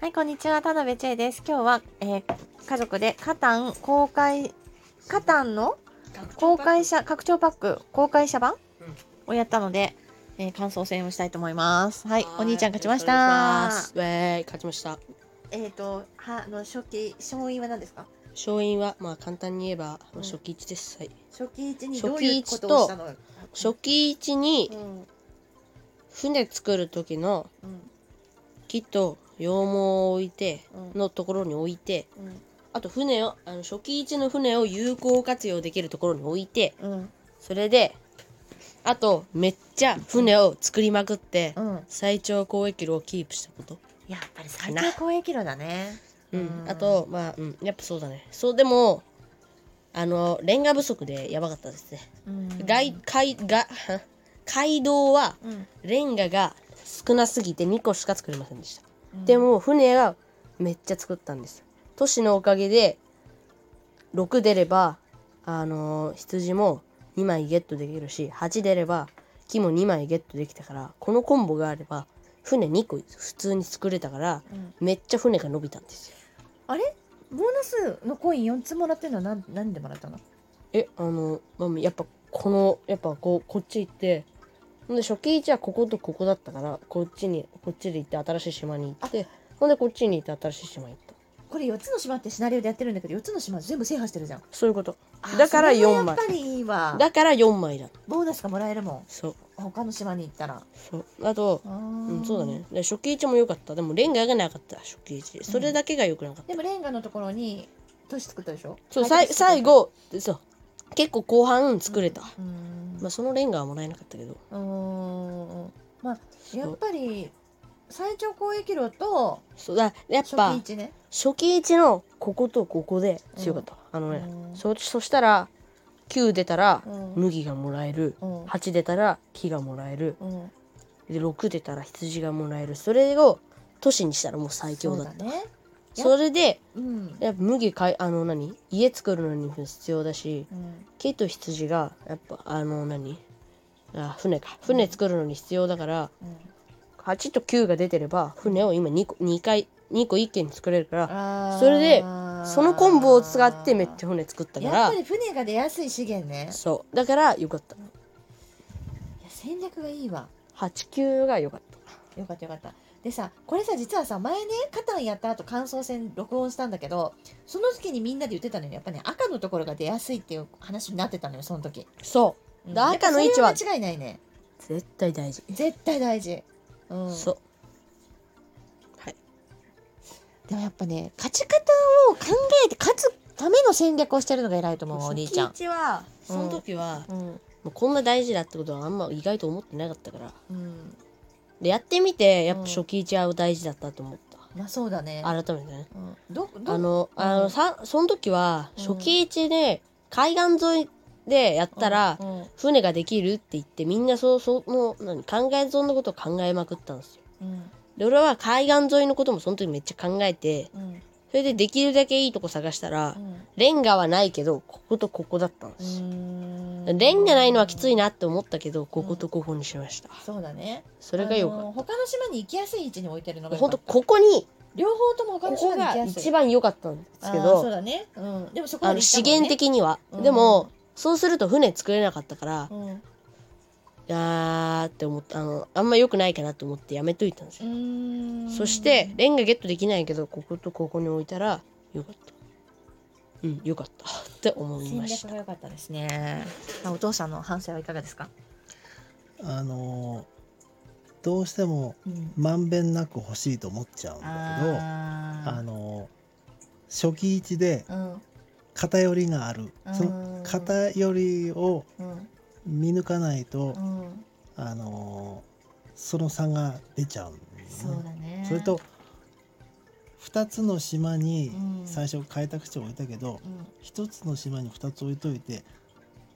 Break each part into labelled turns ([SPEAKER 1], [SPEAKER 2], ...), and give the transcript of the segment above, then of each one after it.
[SPEAKER 1] はい、こんにちは。田辺千恵です。今日は、えー家族でカタン公開、カタンの公開者、拡張パック、公開者版、
[SPEAKER 2] うん
[SPEAKER 1] をやったので、えー感想戦をしたいと思います。はい、お兄ちゃん勝ちまし
[SPEAKER 2] お願い
[SPEAKER 1] た
[SPEAKER 2] しま。すウェーイ勝ちました
[SPEAKER 1] えっ、と、は、あの、初期、勝因は何ですか
[SPEAKER 2] 勝因はまあ簡単に言えば、
[SPEAKER 1] うん
[SPEAKER 2] 初期値です、はい、
[SPEAKER 1] 初期一に
[SPEAKER 2] 初期
[SPEAKER 1] どういうこと
[SPEAKER 2] 一と
[SPEAKER 1] をしたの
[SPEAKER 2] 初期値に
[SPEAKER 1] うん、
[SPEAKER 2] 船作る時の
[SPEAKER 1] うん、
[SPEAKER 2] 木と羊毛を置いて
[SPEAKER 1] うん、
[SPEAKER 2] のところに置いて
[SPEAKER 1] うん、
[SPEAKER 2] あと船をあの初期値の船を有効活用できるところに置いて
[SPEAKER 1] うん、
[SPEAKER 2] それであとめっちゃ船を作りまくって、
[SPEAKER 1] うん。
[SPEAKER 2] 最長交易量をキープしたこと
[SPEAKER 1] やっぱり最長公益路だね。
[SPEAKER 2] うん
[SPEAKER 1] う、ん
[SPEAKER 2] あとまあ、うん、やっぱそうだねそうでもあのレンガ不足でやばかったですね、
[SPEAKER 1] うん
[SPEAKER 2] 外海が街道は
[SPEAKER 1] うん、
[SPEAKER 2] レンガが少なすぎて2個しか作れませんでした、
[SPEAKER 1] うん
[SPEAKER 2] で、も船がめっちゃ作ったんです都市のおかげで6出ればあの羊も2枚ゲットできるし8出れば木も2枚ゲットできたからこのコンボがあれば船2個普通に作れたから
[SPEAKER 1] うん、
[SPEAKER 2] めっちゃ船が伸びたんですよ
[SPEAKER 1] あれボーナスのコイン4つもらってるのは何何でもらったの
[SPEAKER 2] えあの、まあ、やっぱこのやっぱこうこっち行ってほんで初期位置はこことここだったからこっちにこっちで行って新しい島に行ってほんでこっちに行って新しい島に行った
[SPEAKER 1] これ4つの島ってシナリオでやってるんだけど4つの島全部制覇してるじゃん
[SPEAKER 2] そういうことだから4枚
[SPEAKER 1] それはやっぱりいいわ
[SPEAKER 2] だから4枚だ
[SPEAKER 1] ボーナスがもらえるもん
[SPEAKER 2] そう
[SPEAKER 1] 他の島に行ったら
[SPEAKER 2] そうあとう
[SPEAKER 1] うん
[SPEAKER 2] そうだねで初期位置も良かったでもレンガがなかった初期位置それだけが良くなかった、
[SPEAKER 1] でもレンガのところに都市作ったでしょ
[SPEAKER 2] そうさい最後そう結構後半作れた、
[SPEAKER 1] うーん
[SPEAKER 2] まあそのレンガはもらえなかったけど
[SPEAKER 1] うーんまあ
[SPEAKER 2] そう
[SPEAKER 1] やっぱり最長交易路と
[SPEAKER 2] そうだやっ
[SPEAKER 1] 初
[SPEAKER 2] ぱ
[SPEAKER 1] 期値ね
[SPEAKER 2] 初期位置のこことここで強かった、あのね、
[SPEAKER 1] うん
[SPEAKER 2] そそしたら9出たら
[SPEAKER 1] うん
[SPEAKER 2] 麦がもらえる
[SPEAKER 1] うん
[SPEAKER 2] 8出たら木がもらえる
[SPEAKER 1] うん
[SPEAKER 2] で6出たら羊がもらえるそれを都市にしたらもう最強だった
[SPEAKER 1] そうだね
[SPEAKER 2] そ
[SPEAKER 1] や
[SPEAKER 2] れで
[SPEAKER 1] うん
[SPEAKER 2] やっぱ麦かいあの何家作るのに必要だし
[SPEAKER 1] うん
[SPEAKER 2] 木と羊がやっぱあの何あ船か船作るのに必要だから
[SPEAKER 1] うん
[SPEAKER 2] 8と9が出てれば船を今2個2回2個一軒に作れるから
[SPEAKER 1] あー
[SPEAKER 2] それでそのコンボを使ってめっちゃ船作ったか
[SPEAKER 1] やっ
[SPEAKER 2] ら
[SPEAKER 1] ぱり船が出やすい資源ね
[SPEAKER 2] そうだからよかった
[SPEAKER 1] いや戦略がいいわ
[SPEAKER 2] 89が良かった
[SPEAKER 1] よかったよかったでさこれさ実はさ前ねカタンやった後感想戦録音したんだけどその時にみんなで言ってたのにやっぱね赤のところが出やすいっていう話になってたのよその時、
[SPEAKER 2] そう
[SPEAKER 1] うん
[SPEAKER 2] だ赤の位置は
[SPEAKER 1] やっぱそれ間違いないね
[SPEAKER 2] 絶対大事、
[SPEAKER 1] 絶対大事、うん、
[SPEAKER 2] そう
[SPEAKER 1] でもやっぱね勝ち方を考えて勝つための戦略をしてるのが偉いと思うわお兄ちゃん
[SPEAKER 2] 初期位置は
[SPEAKER 1] うん
[SPEAKER 2] その時は、
[SPEAKER 1] うん
[SPEAKER 2] もうこんな大事だってことはあんま意外と思ってなかったから
[SPEAKER 1] うん
[SPEAKER 2] でやってみてやっぱ
[SPEAKER 1] うん
[SPEAKER 2] 初期位置は大事だったと思った、
[SPEAKER 1] まあそうだね
[SPEAKER 2] 改めてね
[SPEAKER 1] うんどど
[SPEAKER 2] あの
[SPEAKER 1] うん
[SPEAKER 2] あのさその時は
[SPEAKER 1] うん
[SPEAKER 2] 初期位置で海岸沿いでやったら
[SPEAKER 1] うんうん
[SPEAKER 2] 船ができるって言ってみんなそうそうもう何考えそんなことを考えまくったんですよ
[SPEAKER 1] うん
[SPEAKER 2] で俺は海岸沿いのこともその時めっちゃ考えて
[SPEAKER 1] うん
[SPEAKER 2] それでできるだけいいとこ探したら、
[SPEAKER 1] うん
[SPEAKER 2] レンガはないけどこことここだったんで
[SPEAKER 1] う
[SPEAKER 2] す
[SPEAKER 1] ー
[SPEAKER 2] よ、
[SPEAKER 1] ん
[SPEAKER 2] レンガないのはきついなって思ったけどこことここにしました、
[SPEAKER 1] そうだね
[SPEAKER 2] それがよか
[SPEAKER 1] あ
[SPEAKER 2] っ
[SPEAKER 1] の他の島に行きやすい位置に置いてるの
[SPEAKER 2] た
[SPEAKER 1] が
[SPEAKER 2] ほん
[SPEAKER 1] 本
[SPEAKER 2] と
[SPEAKER 1] 当
[SPEAKER 2] ここに
[SPEAKER 1] 両方とも他
[SPEAKER 2] こ
[SPEAKER 1] の島
[SPEAKER 2] こ
[SPEAKER 1] に行
[SPEAKER 2] が
[SPEAKER 1] きやすい
[SPEAKER 2] 一番良かったんですけ
[SPEAKER 1] あーそう
[SPEAKER 2] ど
[SPEAKER 1] だね、うん、でもそこ
[SPEAKER 2] あ
[SPEAKER 1] ま
[SPEAKER 2] の
[SPEAKER 1] で行った
[SPEAKER 2] 資
[SPEAKER 1] もんね
[SPEAKER 2] 源的には、
[SPEAKER 1] うん
[SPEAKER 2] でもそうすると船作れなかったから、
[SPEAKER 1] うん
[SPEAKER 2] あーって思ったあのあんま良くないかなと思ってやめといたんです
[SPEAKER 1] う
[SPEAKER 2] よ、
[SPEAKER 1] ーん
[SPEAKER 2] そしてレンガゲットできないけどこことここに置いたらよかったうんよかったって思い
[SPEAKER 1] 戦
[SPEAKER 2] まし
[SPEAKER 1] 略
[SPEAKER 2] た
[SPEAKER 1] が良かったですねあお父さんの反省はいかがですか、
[SPEAKER 3] あのーどうしても
[SPEAKER 1] うん、
[SPEAKER 3] まんべんなく欲しいと思っちゃうんだけどあ
[SPEAKER 1] あ
[SPEAKER 3] のー初期位置で
[SPEAKER 1] ーうん
[SPEAKER 3] 偏りがあるその
[SPEAKER 1] うん
[SPEAKER 3] 偏りを
[SPEAKER 1] うん
[SPEAKER 3] 見抜かない
[SPEAKER 1] う、
[SPEAKER 3] と
[SPEAKER 1] ん
[SPEAKER 3] あのーその差が出ちゃうんだよね
[SPEAKER 1] そうだね
[SPEAKER 3] それと2つの島に
[SPEAKER 1] うん
[SPEAKER 3] 最初開拓地を置いたけど、
[SPEAKER 1] うん
[SPEAKER 3] 一1つの島に2つ置いといて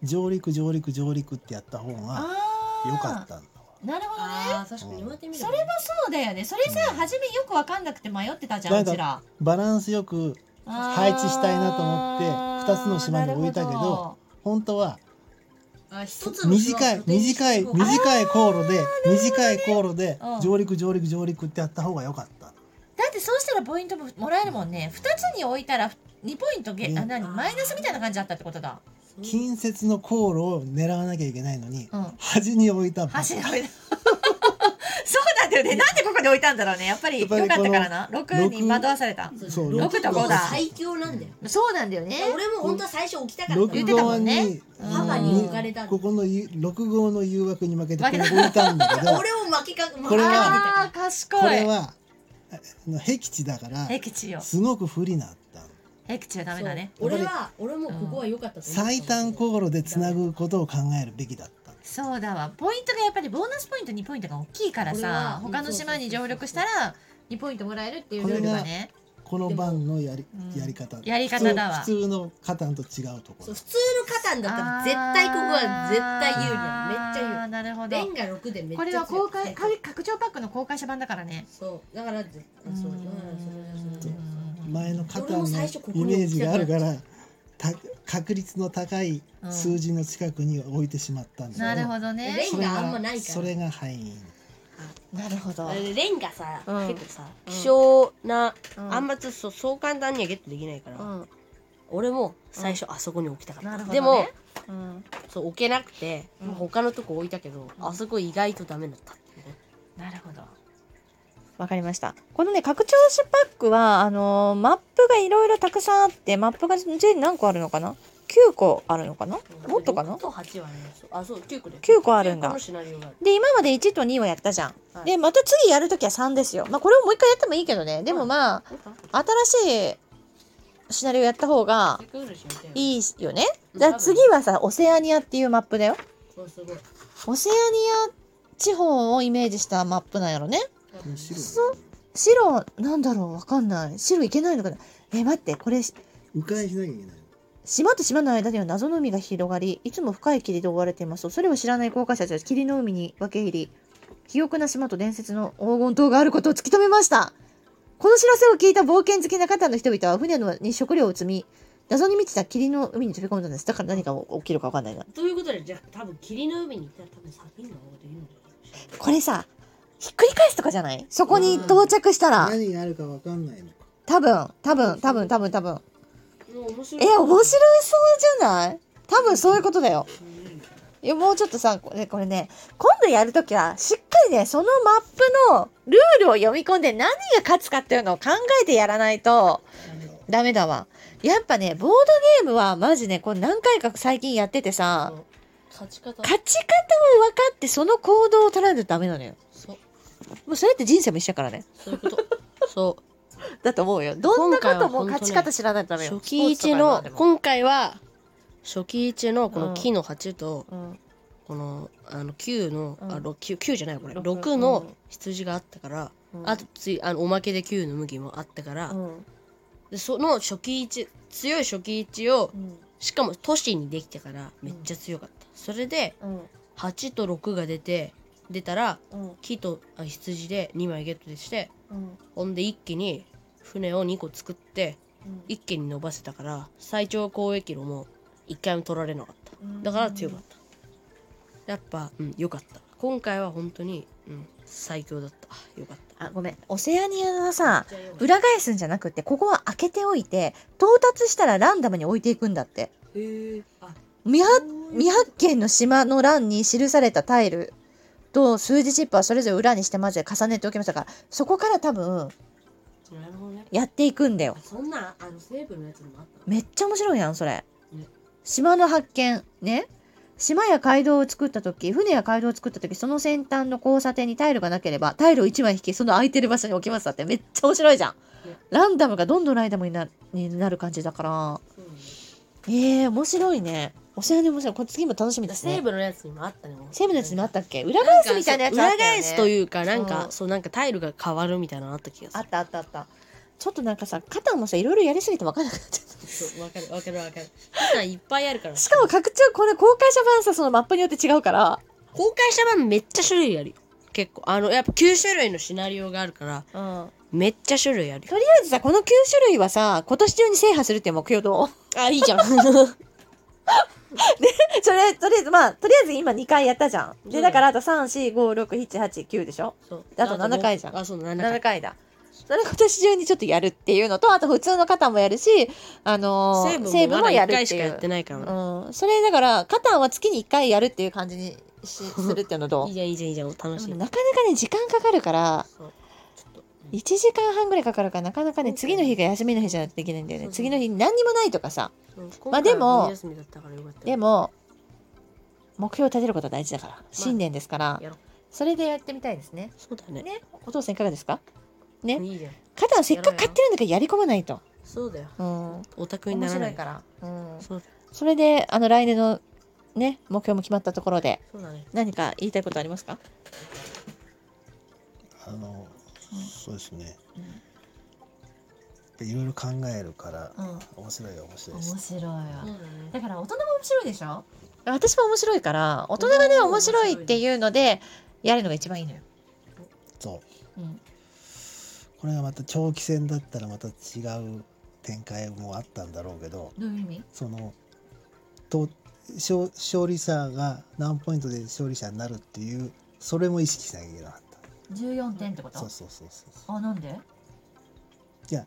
[SPEAKER 3] 上陸上陸上陸ってやった方が
[SPEAKER 1] あー
[SPEAKER 3] 良かったんだわ。
[SPEAKER 1] なるほどね
[SPEAKER 2] あー確
[SPEAKER 3] かに言われて
[SPEAKER 2] み
[SPEAKER 1] それはそうだよねそれさ、
[SPEAKER 3] うん
[SPEAKER 1] 初めよく分かんなくて迷ってたじゃん
[SPEAKER 3] な
[SPEAKER 1] うん
[SPEAKER 3] か
[SPEAKER 1] ちら
[SPEAKER 3] バランスよく配置したいなと思って
[SPEAKER 1] あー
[SPEAKER 3] 二つの島に置いた
[SPEAKER 1] な
[SPEAKER 3] けど
[SPEAKER 1] るほ
[SPEAKER 3] 本当は
[SPEAKER 2] あ一つの島
[SPEAKER 3] 短い短い短い航路で短い航路で
[SPEAKER 1] うん
[SPEAKER 3] 上陸上陸上陸ってやった方が良かった
[SPEAKER 1] だってそうしてったらポイントももらえるもんね2つに置いたら2ポイントげ、
[SPEAKER 3] ね
[SPEAKER 1] あ何マイナスみたいな感じだったってことだ
[SPEAKER 3] 近接の航路を狙わなきゃいけないのに、
[SPEAKER 1] うん
[SPEAKER 3] 端に置いた
[SPEAKER 1] 箸に置いた そうなんだよねなんでここに置いたんだろうねやっぱり
[SPEAKER 3] や
[SPEAKER 1] 良
[SPEAKER 3] っ
[SPEAKER 1] か
[SPEAKER 3] ぱ
[SPEAKER 1] った
[SPEAKER 3] りこの
[SPEAKER 1] からな6に
[SPEAKER 3] 六
[SPEAKER 1] 惑わされた
[SPEAKER 3] そう
[SPEAKER 1] 六と五だ
[SPEAKER 4] 最強なんだよ。
[SPEAKER 1] そうなんだよね
[SPEAKER 4] 俺も本当は最初起きたかっ
[SPEAKER 3] 六
[SPEAKER 1] 言
[SPEAKER 4] た
[SPEAKER 1] ってたも
[SPEAKER 3] 号
[SPEAKER 1] んね
[SPEAKER 3] に
[SPEAKER 1] うん
[SPEAKER 4] パパに置かれた
[SPEAKER 3] ここのゆ六号の誘惑に負けてこ
[SPEAKER 1] 負
[SPEAKER 3] こ
[SPEAKER 1] け
[SPEAKER 3] に
[SPEAKER 1] た
[SPEAKER 3] 置いたんだけど
[SPEAKER 4] 俺も負けか負けかけて
[SPEAKER 3] これは
[SPEAKER 1] あ
[SPEAKER 4] た
[SPEAKER 1] ー賢い
[SPEAKER 3] これはあの僻地だから
[SPEAKER 1] ヘクチよ
[SPEAKER 3] すごく不利なったの
[SPEAKER 1] ヘクチはダメだね
[SPEAKER 4] そう俺は俺もここは良かったと思った
[SPEAKER 3] 最短航路でつなぐことを考えるべきだったの
[SPEAKER 1] そうだわポイントがやっぱりボーナスポイント2ポイントが大きいから
[SPEAKER 4] これは
[SPEAKER 1] さ他の島に上陸したら2ポイントもらえるっていうルールがね
[SPEAKER 3] この番のやり
[SPEAKER 1] うん
[SPEAKER 3] やり方
[SPEAKER 1] やり方だわ
[SPEAKER 3] 普通普通のカタンと違うとこ
[SPEAKER 4] そ
[SPEAKER 3] ろ
[SPEAKER 4] う普通のカタンだったら絶対ここは絶対有利なのめっちゃ有利
[SPEAKER 1] 有利なるほど
[SPEAKER 4] レンが6でめっちゃ強い
[SPEAKER 1] これは公開か拡張パックの公開者版だからね
[SPEAKER 4] そうだからぜ
[SPEAKER 1] う
[SPEAKER 4] あ
[SPEAKER 1] ん
[SPEAKER 4] そううんそうそうそう
[SPEAKER 3] 前のカタ
[SPEAKER 4] 俺
[SPEAKER 3] ン
[SPEAKER 4] も
[SPEAKER 3] の
[SPEAKER 4] 最初ここ
[SPEAKER 3] イ
[SPEAKER 4] に
[SPEAKER 3] メージがあるからた確率の高い数字の近くに置いてしまったんだ
[SPEAKER 1] なるほど
[SPEAKER 4] レ
[SPEAKER 1] ね
[SPEAKER 4] ン
[SPEAKER 3] それ
[SPEAKER 4] があんまないから
[SPEAKER 3] それが敗因
[SPEAKER 1] なるほど
[SPEAKER 4] あれレンがさ
[SPEAKER 2] うん
[SPEAKER 4] 結構さ
[SPEAKER 2] 希少な、
[SPEAKER 1] うん
[SPEAKER 2] あんまちょっとそうそう簡単にはゲットできないから、
[SPEAKER 1] うん
[SPEAKER 2] 俺も最初あそこに置きたかった、
[SPEAKER 1] なるほどね
[SPEAKER 2] でも
[SPEAKER 1] うん
[SPEAKER 2] そう置けなくて、
[SPEAKER 1] うん
[SPEAKER 2] 他のとこ置いたけど、
[SPEAKER 1] うん
[SPEAKER 2] あそこ意外とダメだったっていうね
[SPEAKER 1] なるほどわかりましたこのね拡張子パックはあのーマップがいろいろたくさんあってマップが全何個あるのかな9個あるのかなもっとかな
[SPEAKER 2] 6と8はねそうあそう9個で
[SPEAKER 1] 9個あるんだ
[SPEAKER 2] 9個のシナリオがある
[SPEAKER 1] で今まで1と2をやったじゃん、
[SPEAKER 2] はい
[SPEAKER 1] でまた次やるときは3ですよまあこれをもう一回やってもいいけどねでもまあ新しいシナリオやった方が
[SPEAKER 2] せっかくだしやりたいよ
[SPEAKER 1] いいよね
[SPEAKER 2] うん
[SPEAKER 1] じゃあ次はさオセアニアっていうマップだよ
[SPEAKER 4] そうすごい
[SPEAKER 1] オセアニア地方をイメージしたマップなんやろね
[SPEAKER 3] むしろ
[SPEAKER 1] 白なんだろうわかんない白いけないのかなえ待ってこれ
[SPEAKER 3] 迂回しなきゃいけない
[SPEAKER 1] 島と島の間には謎の海が広がりいつも深い霧で覆われていますそれを知らない航海者たちは霧の海に分け入り肥沃な島と伝説の黄金島があることを突き止めましたこの知らせを聞いた冒険好きな方の人々は船のに食料を積み謎に満ちた霧の海に飛び込んだんですだから何が起きるか分かんないな
[SPEAKER 4] ということでじゃあ多分霧の海に行ったら多分サフィンの方がいいので
[SPEAKER 1] これさひっくり返すとかじゃないそこに到着したら
[SPEAKER 3] 何があるかわかんないのか
[SPEAKER 1] 多分多分多分多分多分
[SPEAKER 4] もう面白
[SPEAKER 1] え
[SPEAKER 4] い
[SPEAKER 1] 面白そうじゃない多分そういうことだよ
[SPEAKER 4] うん
[SPEAKER 1] いやもうちょっとさこれこれね今度やるときはしっかりねそのマップのルールを読み込んで何が勝つかっていうのを考えてやらないとダメだわやっぱねボードゲームはマジねこう何回か最近やっててさ
[SPEAKER 4] そう勝ち方
[SPEAKER 1] 勝ち方を分かってその行動を取らないとダメなのよ
[SPEAKER 2] そう
[SPEAKER 1] もうそれって人生も一緒だからね
[SPEAKER 2] そういうことそう
[SPEAKER 1] だと思うよどんなことも
[SPEAKER 2] 今回は本当ね
[SPEAKER 1] 勝ち方知らないとダメよ
[SPEAKER 2] 初期位置
[SPEAKER 1] スポ
[SPEAKER 2] の
[SPEAKER 1] ーツとか
[SPEAKER 2] 今回は初期位置のこの木の8と、
[SPEAKER 1] でもうん
[SPEAKER 2] このあの9の、
[SPEAKER 1] う
[SPEAKER 2] あ
[SPEAKER 1] ん
[SPEAKER 2] ろ九9じゃないこれ
[SPEAKER 1] 六
[SPEAKER 2] 6
[SPEAKER 1] う
[SPEAKER 2] の
[SPEAKER 1] ん
[SPEAKER 2] 羊があったから、
[SPEAKER 1] うん
[SPEAKER 2] あとついあのおまけで9の麦もあったから、
[SPEAKER 1] うん
[SPEAKER 2] でその初期位置強い初期位置を
[SPEAKER 1] うん
[SPEAKER 2] しかも都市にできてからめっちゃ強かった、それで
[SPEAKER 1] うん
[SPEAKER 2] 8と6が出て出たら
[SPEAKER 1] うん
[SPEAKER 2] 木とあ羊で2枚ゲットでして
[SPEAKER 1] うん
[SPEAKER 2] ほんで一気に船を2個作って
[SPEAKER 1] うん
[SPEAKER 2] 一気に伸ばせたから最長交易路も1回も取られなかっただから強かったやっぱうん良かった今回は本当にうん最強だった良かった
[SPEAKER 1] あごめんオセアニアはさ
[SPEAKER 4] じゃあよかっ
[SPEAKER 1] 裏返すんじゃなくてここは開けておいて到達したらランダムに置いていくんだって
[SPEAKER 4] たへーあ
[SPEAKER 1] 未発
[SPEAKER 4] そう
[SPEAKER 1] 未発見の島の欄に記されたタイルと数字チップはそれぞれ裏にして混ぜ重ねておきましたからそこから多分
[SPEAKER 4] なるほどね
[SPEAKER 1] やっていくんだよ
[SPEAKER 4] あそんなあの西部のやつにもあったの
[SPEAKER 1] めっちゃ面白いやんそれ
[SPEAKER 4] ね
[SPEAKER 1] 島の発見ね島や街道を作った時船や街道を作った時その先端の交差点にタイルがなければタイルを1枚引きその空いてる場所に置きますだってめっちゃ面白いじゃん
[SPEAKER 4] ね
[SPEAKER 1] ランダムがどんどんランダムになになる感じだから
[SPEAKER 4] そうね
[SPEAKER 1] ええ面白いね。お世話に面白い。これ次も楽しみです
[SPEAKER 2] 西
[SPEAKER 1] ね。
[SPEAKER 2] 部のやつにもあったねもう
[SPEAKER 1] セーブのやつにもあったっけ裏返すみたいなやつあったよ、ね、
[SPEAKER 2] 裏返すと
[SPEAKER 1] う。
[SPEAKER 2] いうかなんか
[SPEAKER 1] ん
[SPEAKER 2] そうなんかタイルが変わるみたいなのあった気がす
[SPEAKER 1] あ
[SPEAKER 2] る
[SPEAKER 1] ったあったあった。ちょっとなんかさ、肩もさ、いろいろやりすぎて分からなくなっちゃっ
[SPEAKER 2] そうわかるわ かるわかる普段いっぱいあるから
[SPEAKER 1] た。しかも拡張、これ公開者版さ、そのマップによって違うから。
[SPEAKER 2] 公開した版めっちゃ種類あるよ結構あのやっぱ9種類のシナリオがあるから
[SPEAKER 1] うん。
[SPEAKER 2] めっちゃ種類ある
[SPEAKER 1] とりあえずさ、この9種類はさ、今年中に制覇するっていう 目標と。
[SPEAKER 2] あいいじゃん
[SPEAKER 1] それ、とりあえず、まあ、とりあえず今2回やったじゃん。
[SPEAKER 2] そ
[SPEAKER 1] で、
[SPEAKER 2] うだ
[SPEAKER 1] だ
[SPEAKER 2] よ
[SPEAKER 1] からあと3、4、5、6、7、8、9でしょ
[SPEAKER 2] そう
[SPEAKER 1] あと7回じゃん
[SPEAKER 2] あそう7
[SPEAKER 1] ?7
[SPEAKER 2] 回
[SPEAKER 1] 回だ。それ今年中にちょっとやるっていうのとあと普通の肩もやるしあのー
[SPEAKER 2] 西
[SPEAKER 1] 西
[SPEAKER 2] 部
[SPEAKER 1] 部
[SPEAKER 2] も
[SPEAKER 1] もや
[SPEAKER 2] やる
[SPEAKER 1] る
[SPEAKER 2] っ
[SPEAKER 1] ってて
[SPEAKER 2] いしか
[SPEAKER 1] い
[SPEAKER 2] やっ
[SPEAKER 1] う
[SPEAKER 2] てないから、
[SPEAKER 1] うん、それだからカタンは月に1回やるっていう感じにしするっていうのと
[SPEAKER 2] いいじゃんいいじゃんいいじゃん楽
[SPEAKER 1] で
[SPEAKER 2] しい
[SPEAKER 1] もなかなかね時間かかるから
[SPEAKER 2] そうちょっと
[SPEAKER 1] 1時間半ぐらいかかるからなかなかね
[SPEAKER 2] そう
[SPEAKER 1] 次
[SPEAKER 2] だよね
[SPEAKER 1] の日が休みの日じゃないとできないんだよ
[SPEAKER 2] そ
[SPEAKER 1] ね
[SPEAKER 2] うそう
[SPEAKER 1] 次の日何にもないとかさ
[SPEAKER 2] うん今
[SPEAKER 1] まあ
[SPEAKER 2] 回
[SPEAKER 1] でも
[SPEAKER 2] は冬休みだったからよかった
[SPEAKER 1] でも目標を立てることは大事だから新年ですから
[SPEAKER 2] やろう
[SPEAKER 1] それでやってみたいですね
[SPEAKER 2] そうだね
[SPEAKER 1] ねお父さんいかがですかね
[SPEAKER 2] いいじゃん
[SPEAKER 1] カタンせっかく買ってるんだからやり込まないと
[SPEAKER 2] そうだよ
[SPEAKER 1] うん
[SPEAKER 2] オタクに
[SPEAKER 1] 面
[SPEAKER 2] ならな
[SPEAKER 1] 白
[SPEAKER 2] い
[SPEAKER 1] いからうん
[SPEAKER 2] そうだ
[SPEAKER 1] それであの来年のね目標も決まったところで
[SPEAKER 2] そうだね
[SPEAKER 1] 何か言いたいことありますか
[SPEAKER 3] あの、そうですね
[SPEAKER 1] うん。
[SPEAKER 3] いろいろ考えるから、
[SPEAKER 1] うん
[SPEAKER 3] 面白いは面白いです
[SPEAKER 1] 面。白いわ
[SPEAKER 2] そうだね
[SPEAKER 1] だから大人も面白いでしょ私も面白いから大人がね
[SPEAKER 2] うん
[SPEAKER 1] 面白いっていうのでやるのが一番いいのよ、
[SPEAKER 3] そう。
[SPEAKER 1] うん、
[SPEAKER 3] これがまた長期戦だったらまた違う展開もあったんだろうけど、
[SPEAKER 1] どういう意味
[SPEAKER 3] そのと勝勝利者が何ポイントで勝利者になるっていうそれも意識しなきゃいけなかっ
[SPEAKER 1] 14点ってこ
[SPEAKER 3] た。そうそうそうそうそう。
[SPEAKER 1] あなんで
[SPEAKER 3] じゃあ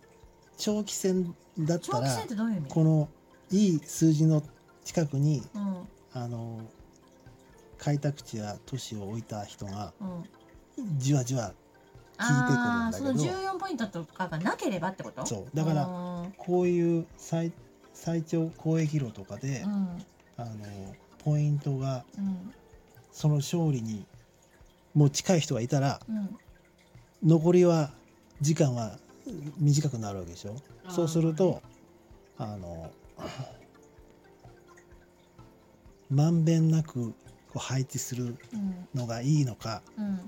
[SPEAKER 3] 長期戦だったら
[SPEAKER 1] どういう意
[SPEAKER 3] このいい数字の近くに
[SPEAKER 1] うん
[SPEAKER 3] あの開拓地や都市を置いた人が
[SPEAKER 1] うん
[SPEAKER 3] じわじわ
[SPEAKER 1] あー
[SPEAKER 3] 聞いてくるんだけど
[SPEAKER 1] その14ポイントとかがなければってこと
[SPEAKER 3] そうだから
[SPEAKER 1] あー
[SPEAKER 3] こういう最最長公益路とかで、
[SPEAKER 1] うん
[SPEAKER 3] あのポイントが
[SPEAKER 1] うん
[SPEAKER 3] その勝利にもう近い人がいたら
[SPEAKER 1] うん
[SPEAKER 3] 残りは時間はうん短くなるわけでしょそうするとあのまんべんなくこう配置する
[SPEAKER 1] うん
[SPEAKER 3] のがいいのか
[SPEAKER 1] うん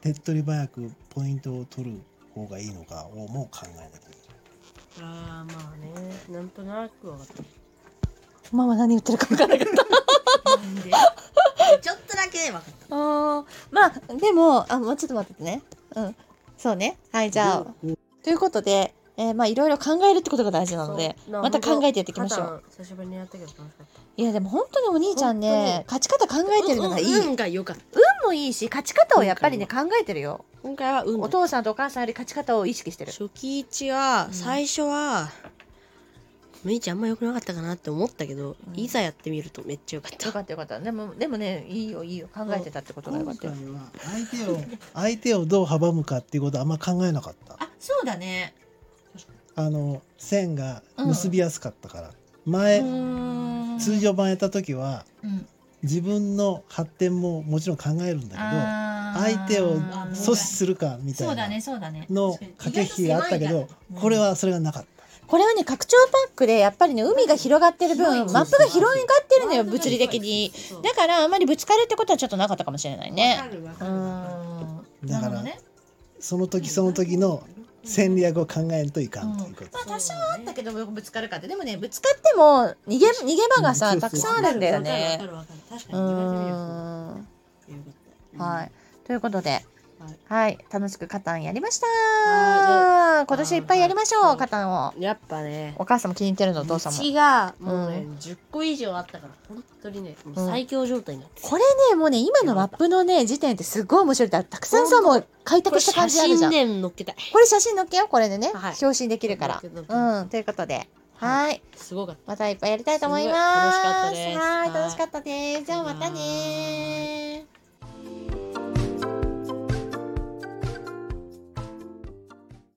[SPEAKER 3] 手っ取り早くポイントを取る方がいいのかをもう考えなきゃいけない。
[SPEAKER 2] ああまあねなんとなく分かった
[SPEAKER 1] ママ何言ってるか分からなかった
[SPEAKER 4] なんでちょっとだけ分かっ
[SPEAKER 1] あーまあでもあもうちょっと待っててねうんそうねはいじゃあということで、えーまあいろいろ考えるってことが大事なので
[SPEAKER 2] そうな
[SPEAKER 1] また考えてやっていきましょう
[SPEAKER 2] 肩久しぶりにやったけど楽しかった
[SPEAKER 1] いやでも本当にお兄ちゃんね勝ち方考えてるのがいい、
[SPEAKER 2] うん運が良かった
[SPEAKER 1] もいいし勝ち方をやっぱりね考えてるよ
[SPEAKER 2] 今回は運だ
[SPEAKER 1] お父さんとお母さんより勝ち方を意識してる
[SPEAKER 2] 初期位置は
[SPEAKER 1] ん
[SPEAKER 2] 最初は、めいちゃんあんま良くなかったかなって思ったけど、
[SPEAKER 1] うん
[SPEAKER 2] いざやってみるとめっちゃ良かっ
[SPEAKER 1] よ
[SPEAKER 2] た
[SPEAKER 1] かったよかったでもでもねいいよいいよ考えてたってことがよか
[SPEAKER 3] 今
[SPEAKER 1] った
[SPEAKER 3] 回
[SPEAKER 1] よ
[SPEAKER 3] は相手を相手をどう阻むかっていうことはあんま考えなかった
[SPEAKER 1] あそうだね
[SPEAKER 3] あの線が結びやすかったから、前、
[SPEAKER 1] ん
[SPEAKER 3] 通常版やった時は
[SPEAKER 1] うん
[SPEAKER 3] 自分の発展ももちろん考えるんだ
[SPEAKER 1] あー
[SPEAKER 3] けど相手を
[SPEAKER 1] あー
[SPEAKER 3] 阻止するかみ
[SPEAKER 1] そ
[SPEAKER 3] た
[SPEAKER 1] う
[SPEAKER 3] い
[SPEAKER 1] だ
[SPEAKER 3] な
[SPEAKER 1] ねそうだね
[SPEAKER 3] の駆け引きがあったけど
[SPEAKER 1] うん
[SPEAKER 3] これはそれがなかった。
[SPEAKER 1] これはね拡張パックでやっぱりね海が広がってる
[SPEAKER 2] 広いんで
[SPEAKER 1] 分
[SPEAKER 2] す
[SPEAKER 1] マップが広がってるのよ
[SPEAKER 2] ワールドが
[SPEAKER 1] 物理的に
[SPEAKER 2] そう
[SPEAKER 1] だからあんまりぶつかるってことはちょっとなかったかもしれない
[SPEAKER 2] わか
[SPEAKER 1] ね
[SPEAKER 2] るわ
[SPEAKER 1] う
[SPEAKER 2] かるわ
[SPEAKER 1] ん
[SPEAKER 3] だ
[SPEAKER 1] な
[SPEAKER 3] か
[SPEAKER 1] るほど
[SPEAKER 3] ら
[SPEAKER 1] ね
[SPEAKER 3] その時その時の戦略を考えんといかんということ
[SPEAKER 1] まあ多少
[SPEAKER 2] は
[SPEAKER 1] あったけどぶつかるかってでもねぶつかっても逃げ逃げ場がさ
[SPEAKER 3] うん
[SPEAKER 1] たくさんあるんだよ
[SPEAKER 2] わか
[SPEAKER 1] ね
[SPEAKER 2] るわかるわかる確
[SPEAKER 1] う
[SPEAKER 2] かに言われてみればそ
[SPEAKER 1] ーん
[SPEAKER 2] うよかったうん
[SPEAKER 1] はい。ということで、
[SPEAKER 2] はい
[SPEAKER 1] はい、楽しくカタンやりました
[SPEAKER 2] は。
[SPEAKER 1] 今年はいっぱいやりましょ
[SPEAKER 2] は
[SPEAKER 1] う、
[SPEAKER 2] い
[SPEAKER 1] カタンを。
[SPEAKER 2] やっぱね
[SPEAKER 1] お母さんも気に入ってるの、お父さんも。
[SPEAKER 2] 口がもうね、
[SPEAKER 1] う
[SPEAKER 2] 10個以上あったから本当にねもう
[SPEAKER 1] うん
[SPEAKER 2] 最強状態になってた、
[SPEAKER 1] これね、もうね、今のマップのね、時点ってすごい面白いって、たくさんさ、もう開
[SPEAKER 2] これ
[SPEAKER 1] 拓した
[SPEAKER 2] 写
[SPEAKER 1] 感じあるじゃ
[SPEAKER 2] 真
[SPEAKER 1] ん。
[SPEAKER 2] で載っけたい
[SPEAKER 1] これ写真載っけよう、これでね、
[SPEAKER 2] はい
[SPEAKER 1] 表紙にできるから。
[SPEAKER 2] 載っけ載っけ
[SPEAKER 1] うん、ということで、はい。
[SPEAKER 2] すごかった
[SPEAKER 1] またいっぱいやりたいと思います。
[SPEAKER 2] すごい楽しかったです
[SPEAKER 1] はい、
[SPEAKER 2] はい
[SPEAKER 1] 楽しかったです。じゃあまたねー